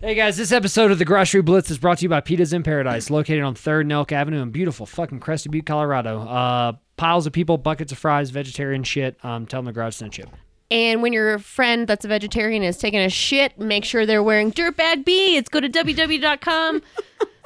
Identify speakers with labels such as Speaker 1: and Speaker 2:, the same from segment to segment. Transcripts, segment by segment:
Speaker 1: Hey guys, this episode of the Grocery Blitz is brought to you by Pitas in Paradise, located on 3rd and Elk Avenue in beautiful fucking Crested Butte, Colorado. Uh, piles of people, buckets of fries, vegetarian shit. Um, tell them the garage sent you.
Speaker 2: And when your friend that's a vegetarian is taking a shit, make sure they're wearing dirtbag beads. Go to www.com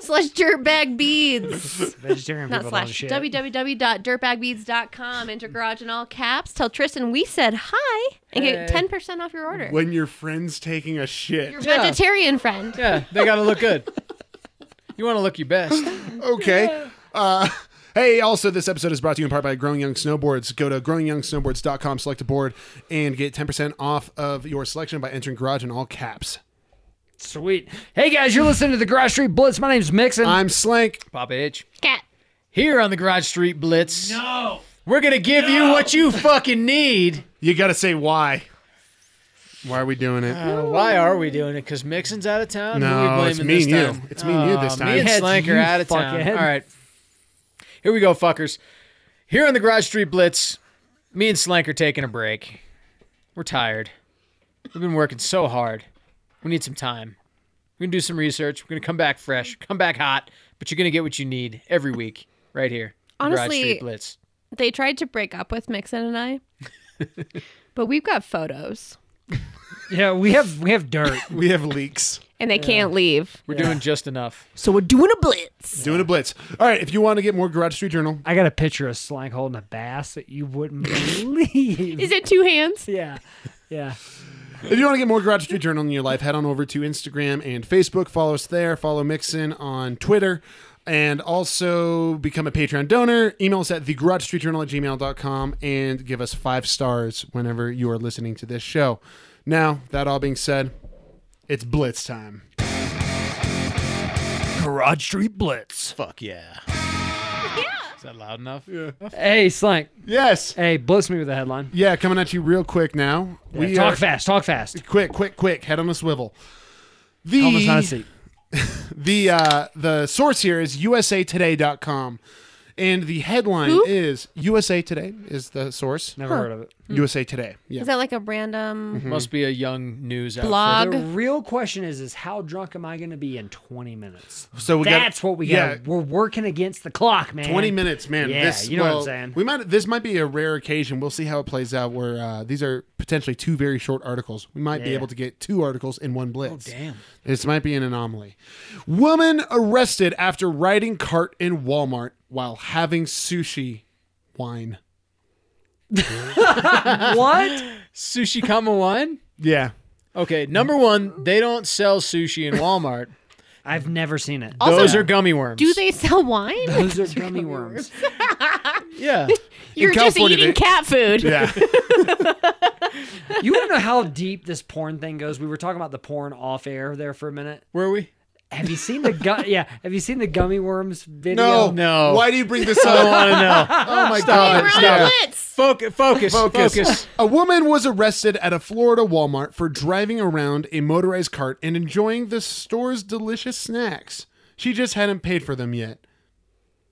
Speaker 2: slash dirtbag beads.
Speaker 1: Vegetarian
Speaker 2: Not
Speaker 1: people don't
Speaker 2: slash
Speaker 1: shit.
Speaker 2: www.dirtbagbeads.com. Enter garage in all caps. Tell Tristan we said hi and get 10% off your order.
Speaker 3: When your friend's taking a shit.
Speaker 2: Your vegetarian friend.
Speaker 4: Yeah, they gotta look good. You want to look your best.
Speaker 3: Okay. Uh, hey, also, this episode is brought to you in part by Growing Young Snowboards. Go to growingyoungsnowboards.com, select a board, and get 10% off of your selection by entering garage in all caps.
Speaker 1: Sweet. Hey guys, you're listening to the Grocery Blitz. My name's Mixon.
Speaker 3: I'm Slank.
Speaker 4: Pop itch.
Speaker 2: Cat.
Speaker 4: Here on the Garage Street Blitz. No. We're gonna give you what you fucking need.
Speaker 3: You got to say why. Why are we doing it?
Speaker 4: Uh, why are we doing it? Because Mixon's out of town. Who are we
Speaker 3: no,
Speaker 4: blaming
Speaker 3: it's me and
Speaker 4: this
Speaker 3: you.
Speaker 4: time? Uh,
Speaker 3: It's me and you this
Speaker 4: Me
Speaker 3: time.
Speaker 4: and
Speaker 1: It's
Speaker 4: Slank
Speaker 1: you,
Speaker 4: are out of town.
Speaker 1: fuckhead.
Speaker 4: All right. Here we go, fuckers. Here on the Garage Street Blitz, me and Slank are taking a break. We're tired. We've been working so hard. We need some time. We're going to do some research. We're going to come back fresh, come back hot, but you're going to get what you need every week right here. on the Garage
Speaker 2: Honestly,
Speaker 4: Street Blitz.
Speaker 2: They tried to break up with Mixon and I, but we've got photos
Speaker 1: yeah, we have we have dirt.
Speaker 3: We have leaks.
Speaker 2: and they can't leave.
Speaker 4: We're doing just enough.
Speaker 2: So we're doing a blitz.
Speaker 3: Doing a blitz. All right, if you want to get more Garage Street Journal,
Speaker 1: I got a picture of Slank holding a bass that you wouldn't believe.
Speaker 2: Is it two hands?
Speaker 1: yeah, yeah.
Speaker 3: If you want to get more Garage Street Journal in your life, head on over to Instagram and Facebook. Follow us there. Follow Mixin on Twitter. And also become a Patreon donor. Email us at thegaragestreetjournal at gmail.com and give us five stars whenever you are listening to this show. Now, that all being said, it's blitz time.
Speaker 1: Garage Street Blitz.
Speaker 4: Fuck yeah. Is that loud enough? Mm-hmm.
Speaker 1: Hey Slank.
Speaker 3: Yes.
Speaker 1: Hey, blitz me with a headline.
Speaker 3: Yeah, coming at you real quick now. we
Speaker 1: talk
Speaker 3: are,
Speaker 1: fast. Talk fast.
Speaker 3: Quick, quick, quick. Head on a swivel. The,
Speaker 1: Almost out of seat.
Speaker 3: the uh, the source here is usatoday.com and the headline is USA Today is the source.
Speaker 1: Never heard of it.
Speaker 3: USA Today. Yeah.
Speaker 2: Is that like a
Speaker 1: Mm-hmm.
Speaker 2: random
Speaker 4: Must be a young news outfit.
Speaker 1: The
Speaker 2: blog?
Speaker 1: real question is: Is how drunk am I going to be in 20 minutes?
Speaker 3: So we got-
Speaker 1: That's what we
Speaker 3: yeah.
Speaker 1: got. to We're working against the clock, man.
Speaker 3: 20 minutes, man.
Speaker 1: Yeah,
Speaker 3: this,
Speaker 1: you know what I'm
Speaker 3: well,
Speaker 1: saying.
Speaker 3: We might this might be a rare occasion. We'll see how it plays out where uh, these are potentially two very short articles. We might be
Speaker 1: Yeah. Oh,
Speaker 3: able to get two articles in one blitz.
Speaker 4: damn.
Speaker 3: This might be an anomaly. Woman arrested after riding cart in Walmart while having sushi wine.
Speaker 1: What?
Speaker 4: Sushi comma one?
Speaker 3: Yeah.
Speaker 4: Okay, number one, they don't sell sushi in Walmart.
Speaker 1: I've never seen it.
Speaker 2: Also,
Speaker 4: Those are gummy worms.
Speaker 2: do they sell wine?
Speaker 1: Those are gummy worms.
Speaker 4: Yeah.
Speaker 2: You're just
Speaker 3: California,
Speaker 2: eating
Speaker 3: they-
Speaker 2: cat food.
Speaker 3: Yeah.
Speaker 1: You want to know how deep this porn thing goes? We were talking about the porn off air there for a minute.
Speaker 4: Were we?
Speaker 1: Have you seen the gu- yeah? Have you seen the gummy worms
Speaker 3: No,
Speaker 1: video?
Speaker 4: No.
Speaker 3: Why do you bring this
Speaker 4: I don't
Speaker 3: up?
Speaker 4: want to know.
Speaker 3: oh my
Speaker 2: Hey,
Speaker 3: god!
Speaker 2: we're on
Speaker 3: Stop.
Speaker 2: a blitz.
Speaker 4: Focus, focus,
Speaker 3: Focus.
Speaker 4: focus.
Speaker 3: A woman was arrested at a Florida Walmart for driving around a motorized cart and enjoying the store's delicious snacks. She just hadn't paid for them yet.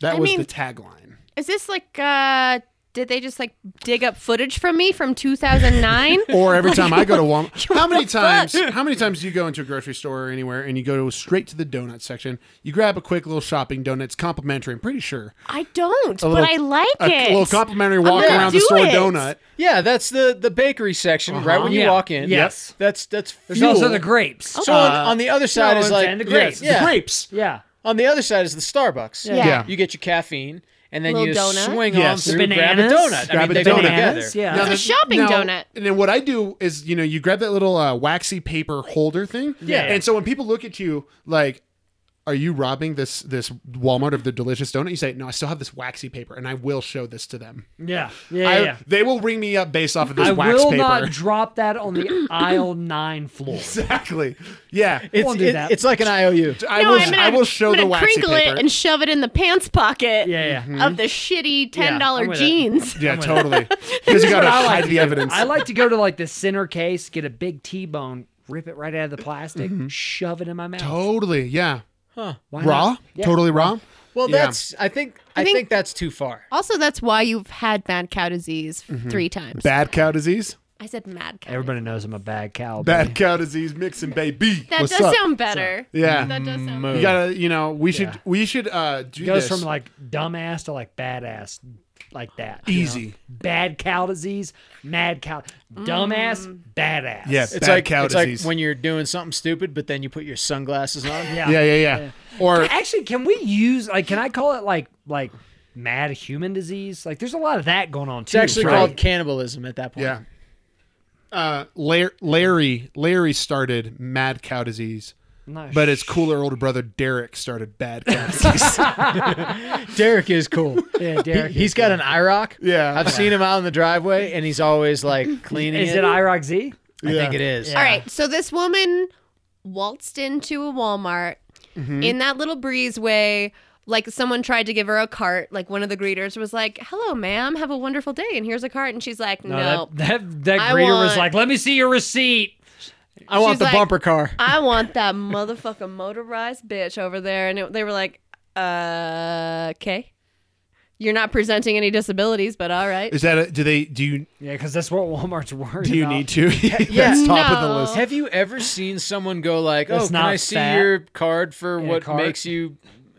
Speaker 3: That
Speaker 2: I
Speaker 3: was
Speaker 2: mean-
Speaker 3: the tagline.
Speaker 2: Is this like uh did they just like dig up footage from me from 2009?
Speaker 3: Or every time I go to Walmart, how many
Speaker 2: the fuck?
Speaker 3: times? How many times do you go into a grocery store or anywhere and you go straight to the donut section? You grab a quick little shopping donut. It's complimentary. I'm pretty sure.
Speaker 2: I don't, but
Speaker 3: A little-
Speaker 2: I like
Speaker 3: a
Speaker 2: it.
Speaker 3: little complimentary walk
Speaker 2: gonna
Speaker 3: around the
Speaker 2: do
Speaker 3: store
Speaker 2: it.
Speaker 3: donut.
Speaker 4: Yeah, that's the, the bakery section right when you
Speaker 1: Yeah.
Speaker 4: walk in.
Speaker 1: Yes.
Speaker 4: Yep. That's that's
Speaker 1: There's
Speaker 4: fuel.
Speaker 1: also the grapes.
Speaker 4: So on, on the other side
Speaker 1: no,
Speaker 4: is
Speaker 1: I'm
Speaker 4: like
Speaker 1: saying the
Speaker 4: yes,
Speaker 1: Oh, grapes.
Speaker 4: Yeah.
Speaker 3: Grapes.
Speaker 1: Yeah.
Speaker 4: On the other side is the Starbucks.
Speaker 2: Yeah. Yeah.
Speaker 4: You get your caffeine and then
Speaker 2: Little
Speaker 4: you just
Speaker 2: donut.
Speaker 4: swing
Speaker 3: Yes.
Speaker 4: on through,
Speaker 1: Bananas.
Speaker 4: grab a
Speaker 3: Grab
Speaker 4: donut. I mean,
Speaker 3: a
Speaker 4: they go
Speaker 3: donut.
Speaker 4: together.
Speaker 1: Bananas, yeah.
Speaker 3: Now,
Speaker 1: It's a
Speaker 3: there's-
Speaker 2: shopping
Speaker 3: now-
Speaker 2: donut.
Speaker 3: And then what I do is, you know, you grab that little uh, waxy paper holder thing.
Speaker 1: Yeah.
Speaker 3: And so when people look at you like, are you robbing this this Walmart of the delicious donut? You say, no, I still have this waxy paper, and I will show this to them.
Speaker 1: Yeah. Yeah.
Speaker 3: I-
Speaker 1: yeah.
Speaker 3: They will ring me up based off of this
Speaker 1: I
Speaker 3: wax
Speaker 1: will
Speaker 3: paper.
Speaker 1: not drop that on the aisle nine floor.
Speaker 3: exactly. Yeah.
Speaker 4: It's,
Speaker 1: Won't do
Speaker 4: it-
Speaker 1: that.
Speaker 4: it's like an IOU.
Speaker 3: I
Speaker 2: No,
Speaker 3: will.
Speaker 2: I'm gonna,
Speaker 3: I will
Speaker 2: I'm
Speaker 3: show the
Speaker 2: gonna
Speaker 3: waxy
Speaker 2: crinkle
Speaker 3: paper.
Speaker 2: it and shove it in the pants pocket
Speaker 1: Yeah, yeah.
Speaker 2: of the shitty ten dollar
Speaker 1: I'm with it.
Speaker 2: jeans.
Speaker 3: yeah, totally. Because you
Speaker 1: what
Speaker 3: gotta
Speaker 1: I like
Speaker 3: hide
Speaker 1: to
Speaker 3: the
Speaker 1: do.
Speaker 3: evidence.
Speaker 1: I like to go to like the center case, get a big T-bone, rip it right out of the plastic, shove it in my mouth.
Speaker 3: totally. Yeah.
Speaker 1: Why not?
Speaker 3: Raw.
Speaker 1: Yeah.
Speaker 3: Totally raw.
Speaker 4: Well,
Speaker 3: Yeah.
Speaker 4: that's I think I
Speaker 2: think-
Speaker 4: think that's too far.
Speaker 2: Also, that's why you've had bad cow disease three times.
Speaker 3: Bad cow disease.
Speaker 2: I said mad cow.
Speaker 1: Mm-hmm. Everybody knows I'm a bad cow. but-
Speaker 3: Bad cow disease mixing baby.
Speaker 2: That
Speaker 3: What's
Speaker 2: does
Speaker 3: up?
Speaker 2: sound better.
Speaker 3: Yeah.
Speaker 4: Mm.
Speaker 2: That does sound.
Speaker 3: You gotta, you know, we should
Speaker 1: Yeah.
Speaker 3: we should uh do
Speaker 1: It goes
Speaker 3: this.
Speaker 1: from like dumbass to like badass, like that. you know?
Speaker 3: easy.
Speaker 1: Bad cow disease, mad cow, dumbass, badass.
Speaker 3: Yeah.
Speaker 4: It's
Speaker 3: Bad
Speaker 4: like
Speaker 3: cow
Speaker 4: it's
Speaker 3: disease.
Speaker 4: like when you're doing something stupid, but then you put your sunglasses on.
Speaker 1: Yeah.
Speaker 3: yeah, yeah, yeah. Or
Speaker 1: Actually, can we use like? Can I call it like like mad human disease? Like, there's a lot of that going on
Speaker 4: It's
Speaker 1: too.
Speaker 4: actually
Speaker 1: right?
Speaker 4: called cannibalism at that point.
Speaker 3: yeah. Uh Lar- Larry Larry started mad cow disease,
Speaker 1: No,
Speaker 3: but
Speaker 1: sh-
Speaker 3: his cooler older brother Derek started bad cow disease.
Speaker 4: Derek is cool.
Speaker 1: yeah, Derek,
Speaker 4: he, has got an IROC.
Speaker 3: yeah.
Speaker 4: I've seen him out in the driveway, and he's always like cleaning.
Speaker 1: is it IROC Z?
Speaker 4: I
Speaker 3: Yeah.
Speaker 4: think it is.
Speaker 1: Yeah.
Speaker 2: All right, so this woman waltzed into a Walmart
Speaker 1: Mm-hmm.
Speaker 2: in that little breezeway. Like someone tried to give her a cart. Like one of the greeters was like, "Hello, ma'am. Have a wonderful day." And here's a cart. And she's like, "No,
Speaker 1: that that, that
Speaker 2: I
Speaker 1: greeter was
Speaker 2: want-
Speaker 1: like, "Let me see your receipt."
Speaker 4: I want
Speaker 2: She's
Speaker 4: the
Speaker 2: like-
Speaker 4: bumper car.
Speaker 2: I want that motherfucking motorized bitch over there." And it, they were like, "Uh, okay, you're not presenting any disabilities, but all right."
Speaker 3: Is that a, do they do you
Speaker 1: Yeah, because that's what Walmart's worried
Speaker 3: do you
Speaker 1: about.
Speaker 3: need to? That's top of the
Speaker 2: No.
Speaker 3: list.
Speaker 4: Have you ever seen someone go like, "Oh,
Speaker 1: That's
Speaker 4: can
Speaker 1: not
Speaker 4: I see
Speaker 1: fat.
Speaker 4: your card for
Speaker 1: a
Speaker 4: what
Speaker 1: cart.
Speaker 4: makes you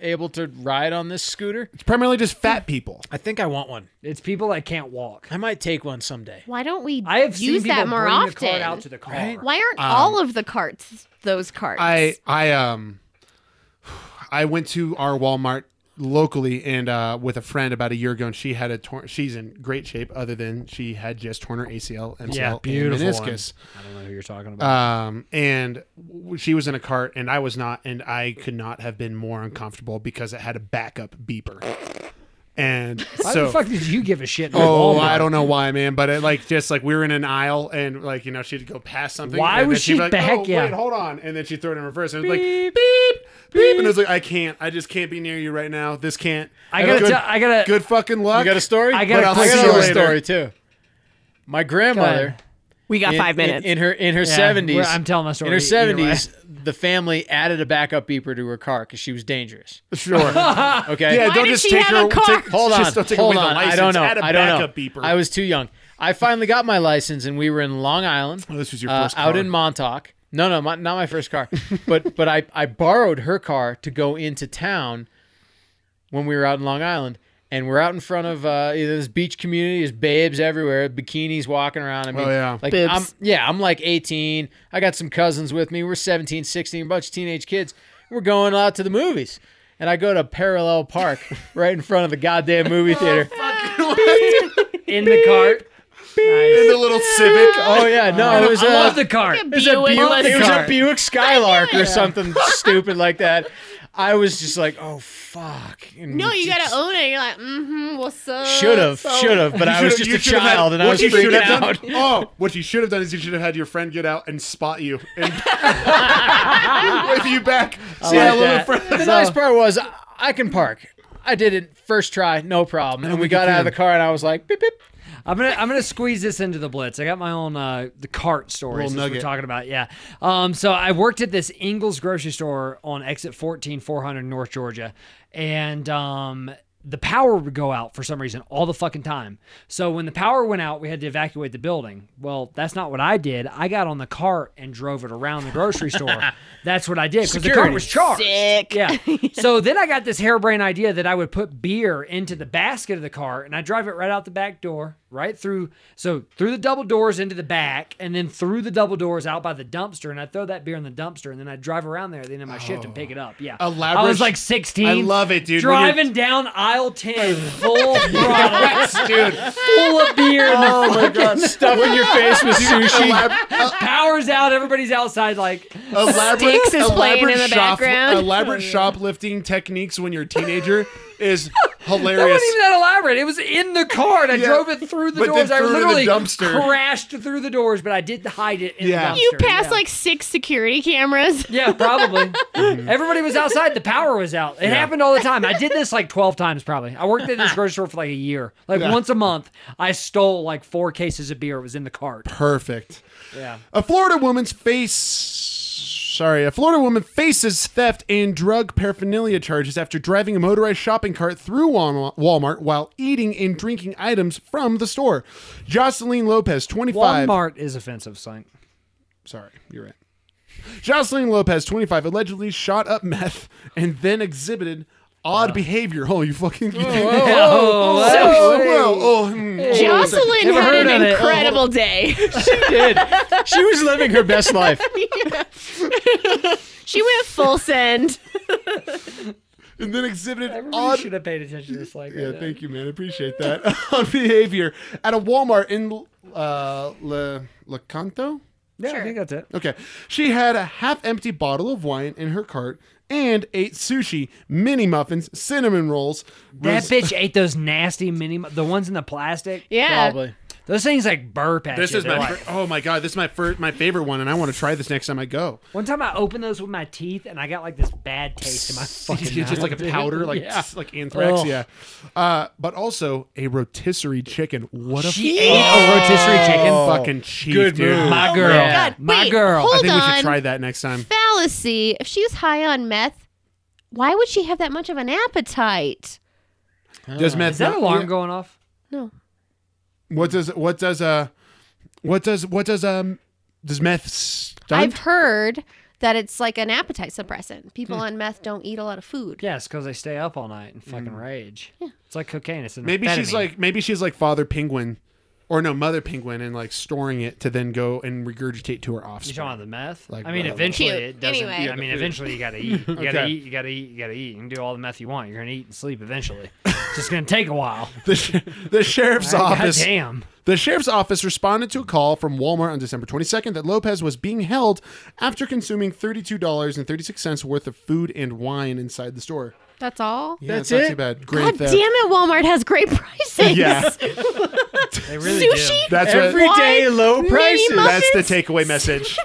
Speaker 4: able to ride on this scooter?"
Speaker 3: It's primarily just fat people.
Speaker 4: I think I want one.
Speaker 1: It's people that can't walk.
Speaker 4: I might take one someday.
Speaker 2: Why don't we
Speaker 1: I have seen
Speaker 2: use
Speaker 1: people
Speaker 2: that more
Speaker 1: bring
Speaker 2: often?
Speaker 1: the card out to the car. Um,
Speaker 4: Right?
Speaker 2: Why aren't all of the carts those carts?
Speaker 3: I I um I went to our Walmart locally and uh, with a friend about a year ago, and she had a torn. She's in great shape, other than she had just torn her ACL, MCL,
Speaker 1: Yeah,
Speaker 3: and
Speaker 1: beautiful. one.
Speaker 3: meniscus.
Speaker 1: I don't know who you're talking about.
Speaker 4: Uh,
Speaker 3: Um, and w- she was in a cart, and I was not, and I could not have been more uncomfortable because it had a backup beeper. And
Speaker 1: Why
Speaker 3: so,
Speaker 1: the fuck did you give a shit? in
Speaker 3: Oh,
Speaker 1: Walmart?
Speaker 3: I don't know why, man. But it, like, just like we were in an aisle, and like you know, she'd go past something.
Speaker 1: Why
Speaker 3: and then
Speaker 1: was
Speaker 3: she'd be
Speaker 1: she
Speaker 3: like,
Speaker 1: back?
Speaker 3: Oh,
Speaker 1: Yeah.
Speaker 3: wait, hold on. And then she would throw it in reverse, and it was like beep, beep, and it was like, I can't. I just can't be near you right now. This can't.
Speaker 1: I gotta
Speaker 3: Good,
Speaker 1: tell- I gotta-
Speaker 3: Good fucking luck.
Speaker 4: You got a story?
Speaker 1: I got a
Speaker 4: But I'll
Speaker 1: quick
Speaker 4: tell you a
Speaker 3: story.
Speaker 4: story too. My grandmother.
Speaker 2: we got
Speaker 4: in-
Speaker 2: five
Speaker 4: in-
Speaker 2: minutes.
Speaker 4: In, her in her
Speaker 1: Yeah,
Speaker 4: seventies.
Speaker 1: we're- I'm telling my story
Speaker 4: In her
Speaker 1: either way.
Speaker 4: seventies, the family added a backup beeper to her car because she was dangerous.
Speaker 3: Sure. yeah,
Speaker 4: Okay.
Speaker 3: don't
Speaker 2: did
Speaker 3: just
Speaker 2: she
Speaker 3: take
Speaker 2: have
Speaker 3: her.
Speaker 2: a car?
Speaker 3: Take,
Speaker 4: Hold on.
Speaker 3: Just don't take
Speaker 4: hold
Speaker 3: away
Speaker 4: on.
Speaker 3: The license.
Speaker 4: I don't know.
Speaker 3: Add a
Speaker 4: I don't know.
Speaker 3: backup Beeper.
Speaker 4: I was too young. I finally got my license, and we were in Long Island.
Speaker 3: Oh, this was your
Speaker 4: uh,
Speaker 3: first
Speaker 4: out
Speaker 3: car.
Speaker 4: in Montauk. No, no, my, not my first car, but but I I borrowed her car to go into town when we were out in Long Island. And we're out in front of uh, either this beach community. There's babes everywhere, bikinis walking around. I mean,
Speaker 3: Oh, yeah.
Speaker 4: like
Speaker 2: Bibs.
Speaker 4: I'm, yeah, I'm like 18. I got some cousins with me. We're 17, 16, a bunch of teenage kids. We're going out to the movies, and I go to Parallel Park right in front of the goddamn movie theater.
Speaker 1: in the cart. Nice.
Speaker 3: in the little Civic.
Speaker 4: Oh yeah, no, it was
Speaker 1: I love
Speaker 4: a
Speaker 1: the cart.
Speaker 4: it was a
Speaker 2: Buick
Speaker 4: Buick, it was a
Speaker 1: Cart.
Speaker 4: Buick Skylark or something stupid like that. I was just like, oh fuck. And
Speaker 2: no, you
Speaker 4: just-
Speaker 2: gotta own it. You're like, mm-hmm. What's up?
Speaker 4: Should have,
Speaker 2: So-
Speaker 4: should have, but I
Speaker 3: You
Speaker 4: was
Speaker 3: should've-
Speaker 4: just
Speaker 3: you
Speaker 4: a
Speaker 3: should've had-
Speaker 4: child and I
Speaker 3: what
Speaker 4: was
Speaker 3: you
Speaker 4: freaking
Speaker 3: should've done-
Speaker 4: out.
Speaker 3: oh, what you should have done is you should have had your friend get out and spot you and with you back. See
Speaker 4: like
Speaker 3: how little
Speaker 4: that.
Speaker 3: friend.
Speaker 4: The nice part was I- I can park. I did it first try, no problem. And, we
Speaker 3: think
Speaker 4: got
Speaker 3: you
Speaker 4: out of the
Speaker 3: can.
Speaker 4: car and I was like, beep beep.
Speaker 1: I'm gonna I'm gonna squeeze this into the blitz. I got my own uh, the cart story
Speaker 3: Little
Speaker 1: since we're
Speaker 3: nugget.
Speaker 1: talking about. Yeah. Um. So I worked at this Ingles grocery store on exit 14 400 North Georgia, and um. The power would go out for some reason all the fucking time. So when the power went out, we had to evacuate the building. Well, that's not what I did. I got on the cart and drove it around the grocery store. That's what I did because the cart
Speaker 4: Security.
Speaker 1: was charged.
Speaker 2: Sick.
Speaker 1: Yeah. So then I got this harebrained idea that I would put beer into the basket of the car and I drive it right out the back door, right through. So through the double doors into the back and then through the double doors out by the dumpster. And I throw that beer in the dumpster and then I drive around there at the end of my shift and pick it up. Yeah.
Speaker 3: Elaborate-
Speaker 1: I was like 16.
Speaker 3: I love it, dude, when you're-
Speaker 1: Driving down aisle 10, full throttle,
Speaker 3: Yes, dude.
Speaker 1: full of beer. And the
Speaker 4: Oh my god. Stuff in your face with sushi.
Speaker 3: Elab-
Speaker 1: power's out. Everybody's outside like,
Speaker 3: elaborate
Speaker 2: Sticks is playing
Speaker 3: elaborate
Speaker 2: in the
Speaker 3: shop-
Speaker 2: background.
Speaker 3: Elaborate shoplifting techniques when you're a teenager is
Speaker 1: That
Speaker 3: hilarious.
Speaker 1: wasn't even that elaborate. It was in the car. and I
Speaker 3: Yeah.
Speaker 1: drove it through the
Speaker 3: But then
Speaker 1: doors. I
Speaker 3: threw it in the
Speaker 1: literally
Speaker 3: dumpster.
Speaker 1: crashed through the doors, but I did hide it in
Speaker 3: Yeah.
Speaker 1: the dumpster.
Speaker 2: You passed
Speaker 1: yeah.
Speaker 2: like six security cameras.
Speaker 1: Yeah, probably.
Speaker 3: Mm-hmm.
Speaker 1: Everybody was outside. The power was out. It happened all the time. I did this like 12 times probably. I worked at this grocery store for like a year. Like
Speaker 3: Yeah.
Speaker 1: once a month, I stole like four cases of beer. It was in the cart.
Speaker 3: Perfect.
Speaker 1: Yeah.
Speaker 3: A Florida woman's face Sorry. A Florida woman faces theft and drug paraphernalia charges after driving a motorized shopping cart through Walmart Walmart while eating and drinking items from the store. Jocelyn Lopez, 25.
Speaker 1: Walmart is offensive, son.
Speaker 3: Sorry, you're right. Jocelyn Lopez, 25, allegedly shot up meth and then exhibited odd behavior. Oh, you fucking.
Speaker 1: Oh,
Speaker 3: Oh, well, oh, hmm.
Speaker 2: Jocelyn
Speaker 1: Never
Speaker 2: had
Speaker 1: heard
Speaker 2: an
Speaker 1: of it.
Speaker 2: incredible day.
Speaker 4: She did. She was living her best life.
Speaker 2: she went full send.
Speaker 3: Oh, and then exhibited
Speaker 1: Everybody
Speaker 3: odd
Speaker 1: should have paid attention to this. Like, uh,
Speaker 3: Yeah, thank you, man. I appreciate that. On behavior at a Walmart in uh, Le, Lecanto?
Speaker 1: yeah,
Speaker 2: Sure.
Speaker 1: I think that's it.
Speaker 3: Okay. She had a half empty bottle of wine in her cart and ate sushi, mini muffins, cinnamon rolls.
Speaker 1: That
Speaker 3: Res-
Speaker 1: bitch ate those nasty mini, the ones in the plastic.
Speaker 2: Yeah.
Speaker 4: Probably.
Speaker 1: Those things like burp at
Speaker 3: this
Speaker 1: you.
Speaker 3: is
Speaker 1: They're
Speaker 3: my
Speaker 1: like-
Speaker 3: fir- oh my god this is my fir- my favorite one and I want to try this next time I go.
Speaker 1: One time I opened those with my teeth and I got like this bad taste in my fucking mouth.
Speaker 3: It's just like a
Speaker 1: dude.
Speaker 3: powder like
Speaker 1: Yeah.
Speaker 3: like anthrax
Speaker 1: Ugh.
Speaker 3: yeah. Uh, but also a rotisserie chicken. What a
Speaker 1: She
Speaker 4: Uh,
Speaker 1: ate a rotisserie chicken.
Speaker 3: fucking cheap
Speaker 4: good
Speaker 3: dude.
Speaker 4: move.
Speaker 1: My
Speaker 4: Oh my
Speaker 1: girl.
Speaker 4: God.
Speaker 1: My
Speaker 2: Wait,
Speaker 1: girl.
Speaker 2: hold
Speaker 3: I think we
Speaker 2: on.
Speaker 3: should try that next time.
Speaker 2: Fallacy. If she's high on meth, why would she have that much of an appetite?
Speaker 3: Does meth
Speaker 1: Is that
Speaker 3: not-
Speaker 1: alarm
Speaker 3: yeah.
Speaker 1: going off?
Speaker 2: No.
Speaker 3: What does what does uh what does what does um does meth stunt?
Speaker 2: I've heard that it's like an appetite suppressant. People on meth don't eat a lot of food.
Speaker 1: Yes, because they stay up all night and fucking rage. It's like cocaine. It's an
Speaker 3: Mm. maybe she's
Speaker 1: amphetamine.
Speaker 3: like maybe she's like father penguin or no mother penguin and like storing it to then go and regurgitate to her
Speaker 1: You
Speaker 3: offspring.
Speaker 1: talking about the meth?
Speaker 3: Like,
Speaker 1: I mean,
Speaker 3: uh,
Speaker 1: eventually
Speaker 2: Cute.
Speaker 1: it doesn't.
Speaker 2: Anyway.
Speaker 1: I mean, eventually you gotta eat. You gotta
Speaker 3: Okay.
Speaker 1: eat. You gotta eat. You gotta eat. You can do all the meth you want. You're gonna eat and sleep eventually. it's just gonna take a while.
Speaker 3: The, sh- the sheriff's
Speaker 1: God
Speaker 3: office
Speaker 1: damn.
Speaker 3: The sheriff's office responded to a call from Walmart on December 22nd that Lopez was being held after consuming $32.36 worth of food and wine inside the store.
Speaker 2: That's all.
Speaker 3: Yeah, it's
Speaker 4: That's
Speaker 3: not
Speaker 4: it?
Speaker 3: too bad.
Speaker 2: God
Speaker 3: Grand
Speaker 2: damn
Speaker 3: theft.
Speaker 2: it, Walmart has great prices.
Speaker 3: Yeah.
Speaker 1: They really
Speaker 2: Sushi?
Speaker 1: do.
Speaker 3: That's what,
Speaker 4: Everyday low
Speaker 2: Mini
Speaker 4: prices.
Speaker 2: muffins?
Speaker 3: that's the takeaway message.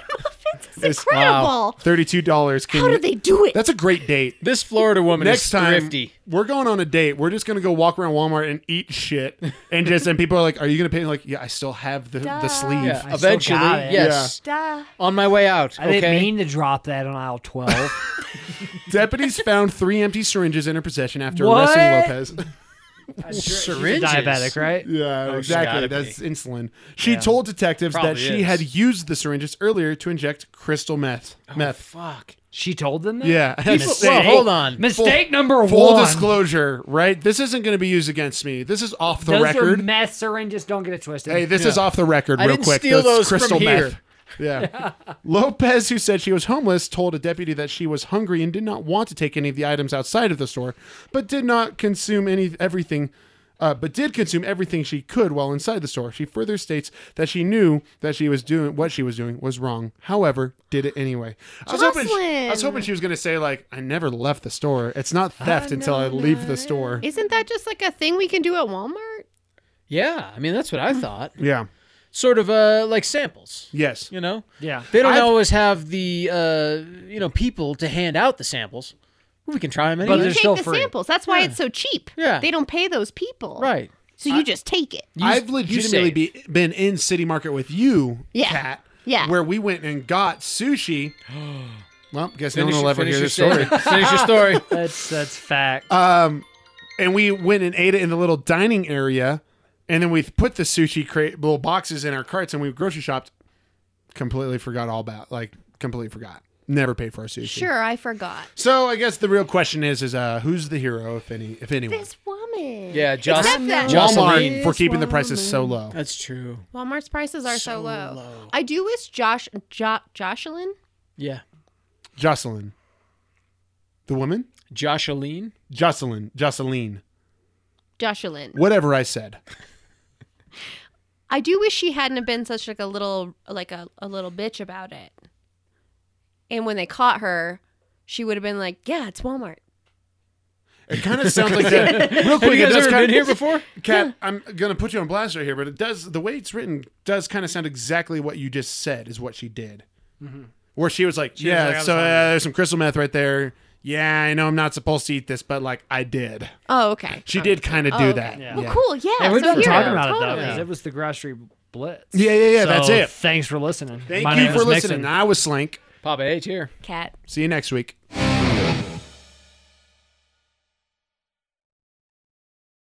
Speaker 2: It's incredible.
Speaker 3: $32. Can
Speaker 2: How
Speaker 3: you-
Speaker 2: did they do it?
Speaker 3: That's a great date.
Speaker 4: This Florida woman
Speaker 3: Next
Speaker 4: is
Speaker 3: time
Speaker 4: thrifty.
Speaker 3: we're going on a date. We're just gonna go walk around Walmart and eat shit, and just and people are like, "Are you gonna pay?" like, yeah, I still have the, the
Speaker 2: Duh.
Speaker 3: sleeve.
Speaker 4: Yeah,
Speaker 1: still
Speaker 4: eventually,
Speaker 1: got it.
Speaker 4: yes.
Speaker 2: Duh.
Speaker 4: On my way out.
Speaker 1: I didn't
Speaker 4: okay.
Speaker 1: mean to drop that on aisle twelve.
Speaker 3: Deputies found three empty syringes in her possession after
Speaker 1: What?
Speaker 3: arresting Lopez.
Speaker 1: She's a diabetic, right?
Speaker 3: Yeah,
Speaker 4: Oh, she's
Speaker 3: exactly.
Speaker 4: gotta
Speaker 3: That's
Speaker 4: be.
Speaker 3: insulin. She told detectives that
Speaker 4: Probably
Speaker 3: she
Speaker 4: is.
Speaker 3: had used the syringes earlier to inject crystal meth. meth.
Speaker 4: Fuck.
Speaker 1: She told them that.
Speaker 3: Yeah.
Speaker 4: Oh. People, well, hold on.
Speaker 1: Mistake number
Speaker 3: Full
Speaker 1: one.
Speaker 3: disclosure, right? This isn't going to be used against me. This is off the
Speaker 1: Those
Speaker 3: record.
Speaker 1: are meth syringes. Don't get it twisted.
Speaker 3: Hey, this is off the record,
Speaker 4: I
Speaker 3: real
Speaker 4: didn't
Speaker 3: quick.
Speaker 4: steal
Speaker 3: That's
Speaker 4: those from
Speaker 3: crystal
Speaker 4: here.
Speaker 3: meth. Yeah. Lopez, who said she was homeless, told a deputy that she was hungry and did not want to take any of the items outside of the store, but did not consume any everything. Uh, but did consume everything she could while inside the store. She further states that she knew that she was doing what she was doing was wrong. However, did it anyway. I was hoping she, I was
Speaker 2: Jocelyn.
Speaker 3: hoping she was going to say like, "I never left the store. It's not theft until I leave the store."
Speaker 2: Isn't that just like a thing we can do at Walmart?
Speaker 4: Yeah, I mean that's what I thought.
Speaker 3: Yeah.
Speaker 4: Sort of uh, like samples.
Speaker 3: Yes.
Speaker 4: You know,
Speaker 1: Yeah.
Speaker 4: they don't
Speaker 3: I've-
Speaker 4: always have the uh, you know people to hand out the samples. We can try them
Speaker 1: But
Speaker 4: anyway.
Speaker 1: they're
Speaker 2: you
Speaker 1: still
Speaker 2: take the
Speaker 1: free.
Speaker 2: samples. That's why it's so cheap.
Speaker 4: Yeah.
Speaker 2: They don't pay those people.
Speaker 4: Right.
Speaker 2: So you just take it.
Speaker 4: You-
Speaker 3: I've
Speaker 4: you
Speaker 3: legitimately
Speaker 4: save.
Speaker 3: be, been in City Market with you,
Speaker 2: Yeah.
Speaker 3: Kat.
Speaker 2: Yeah.
Speaker 3: Where we went and got sushi. well, guess no one
Speaker 4: Finish
Speaker 3: will
Speaker 4: your-
Speaker 3: ever
Speaker 4: finish
Speaker 3: hear
Speaker 4: your
Speaker 3: the story.
Speaker 4: statement. finish your story.
Speaker 1: That's that's fact.
Speaker 3: um, and we went and ate it in the little dining area, and then we put the sushi crate little boxes in our carts, and we grocery shopped. Completely forgot all about, like completely forgot. Never paid for our sushi.
Speaker 2: Sure, I forgot.
Speaker 3: So I guess the real question is, is uh, who's the hero, if any, if anyone?
Speaker 2: This woman.
Speaker 4: Yeah, Joc-
Speaker 2: Except that-
Speaker 3: Walmart
Speaker 4: Jocelyn.
Speaker 3: for keeping the prices so low.
Speaker 4: That's true.
Speaker 2: Walmart's prices are so,
Speaker 4: So
Speaker 2: low.
Speaker 4: low.
Speaker 2: I do wish Josh, jo- Jocelyn,
Speaker 4: Yeah,
Speaker 3: Jocelyn, the woman,
Speaker 4: Joshalene.
Speaker 3: Jocelyn, Jocelyn.
Speaker 2: Jocelyn.
Speaker 3: whatever I said.
Speaker 2: I do wish she hadn't have been such like a little, like a, a little bitch about it. And when they caught her, she would have been like, "Yeah, it's Walmart."
Speaker 3: It kind of sounds like that. Real
Speaker 4: Have
Speaker 3: quick, it
Speaker 4: you guys
Speaker 3: does
Speaker 4: ever
Speaker 3: kind
Speaker 4: been
Speaker 3: of.
Speaker 4: here before?
Speaker 3: Kat, I'm gonna put you on blast right here, but it does the way it's written does kind of sound exactly what you just said is what she did, where she was like,
Speaker 1: was
Speaker 3: "Yeah,
Speaker 1: like, I was
Speaker 3: so uh,
Speaker 1: hungry."
Speaker 3: there's some crystal meth right there. Yeah, I know I'm not supposed to eat this, but like I did.
Speaker 2: Oh, okay.
Speaker 3: She did kind of
Speaker 2: Oh,
Speaker 3: do
Speaker 2: okay.
Speaker 3: that.
Speaker 1: Yeah.
Speaker 2: Well,
Speaker 3: Yeah.
Speaker 2: cool. Yeah.
Speaker 1: And we've
Speaker 2: so
Speaker 1: been
Speaker 2: here,
Speaker 1: talking about it though,
Speaker 2: totally.
Speaker 1: because it was the Grocery Blitz.
Speaker 3: Yeah, yeah, yeah,
Speaker 1: So,
Speaker 3: that's it.
Speaker 1: Thanks for listening.
Speaker 3: Thank
Speaker 1: My
Speaker 3: you
Speaker 1: name
Speaker 3: for
Speaker 1: is
Speaker 3: listening.
Speaker 1: Nixon.
Speaker 3: I was Slank.
Speaker 4: Papa H here.
Speaker 2: Cat.
Speaker 3: See you next week.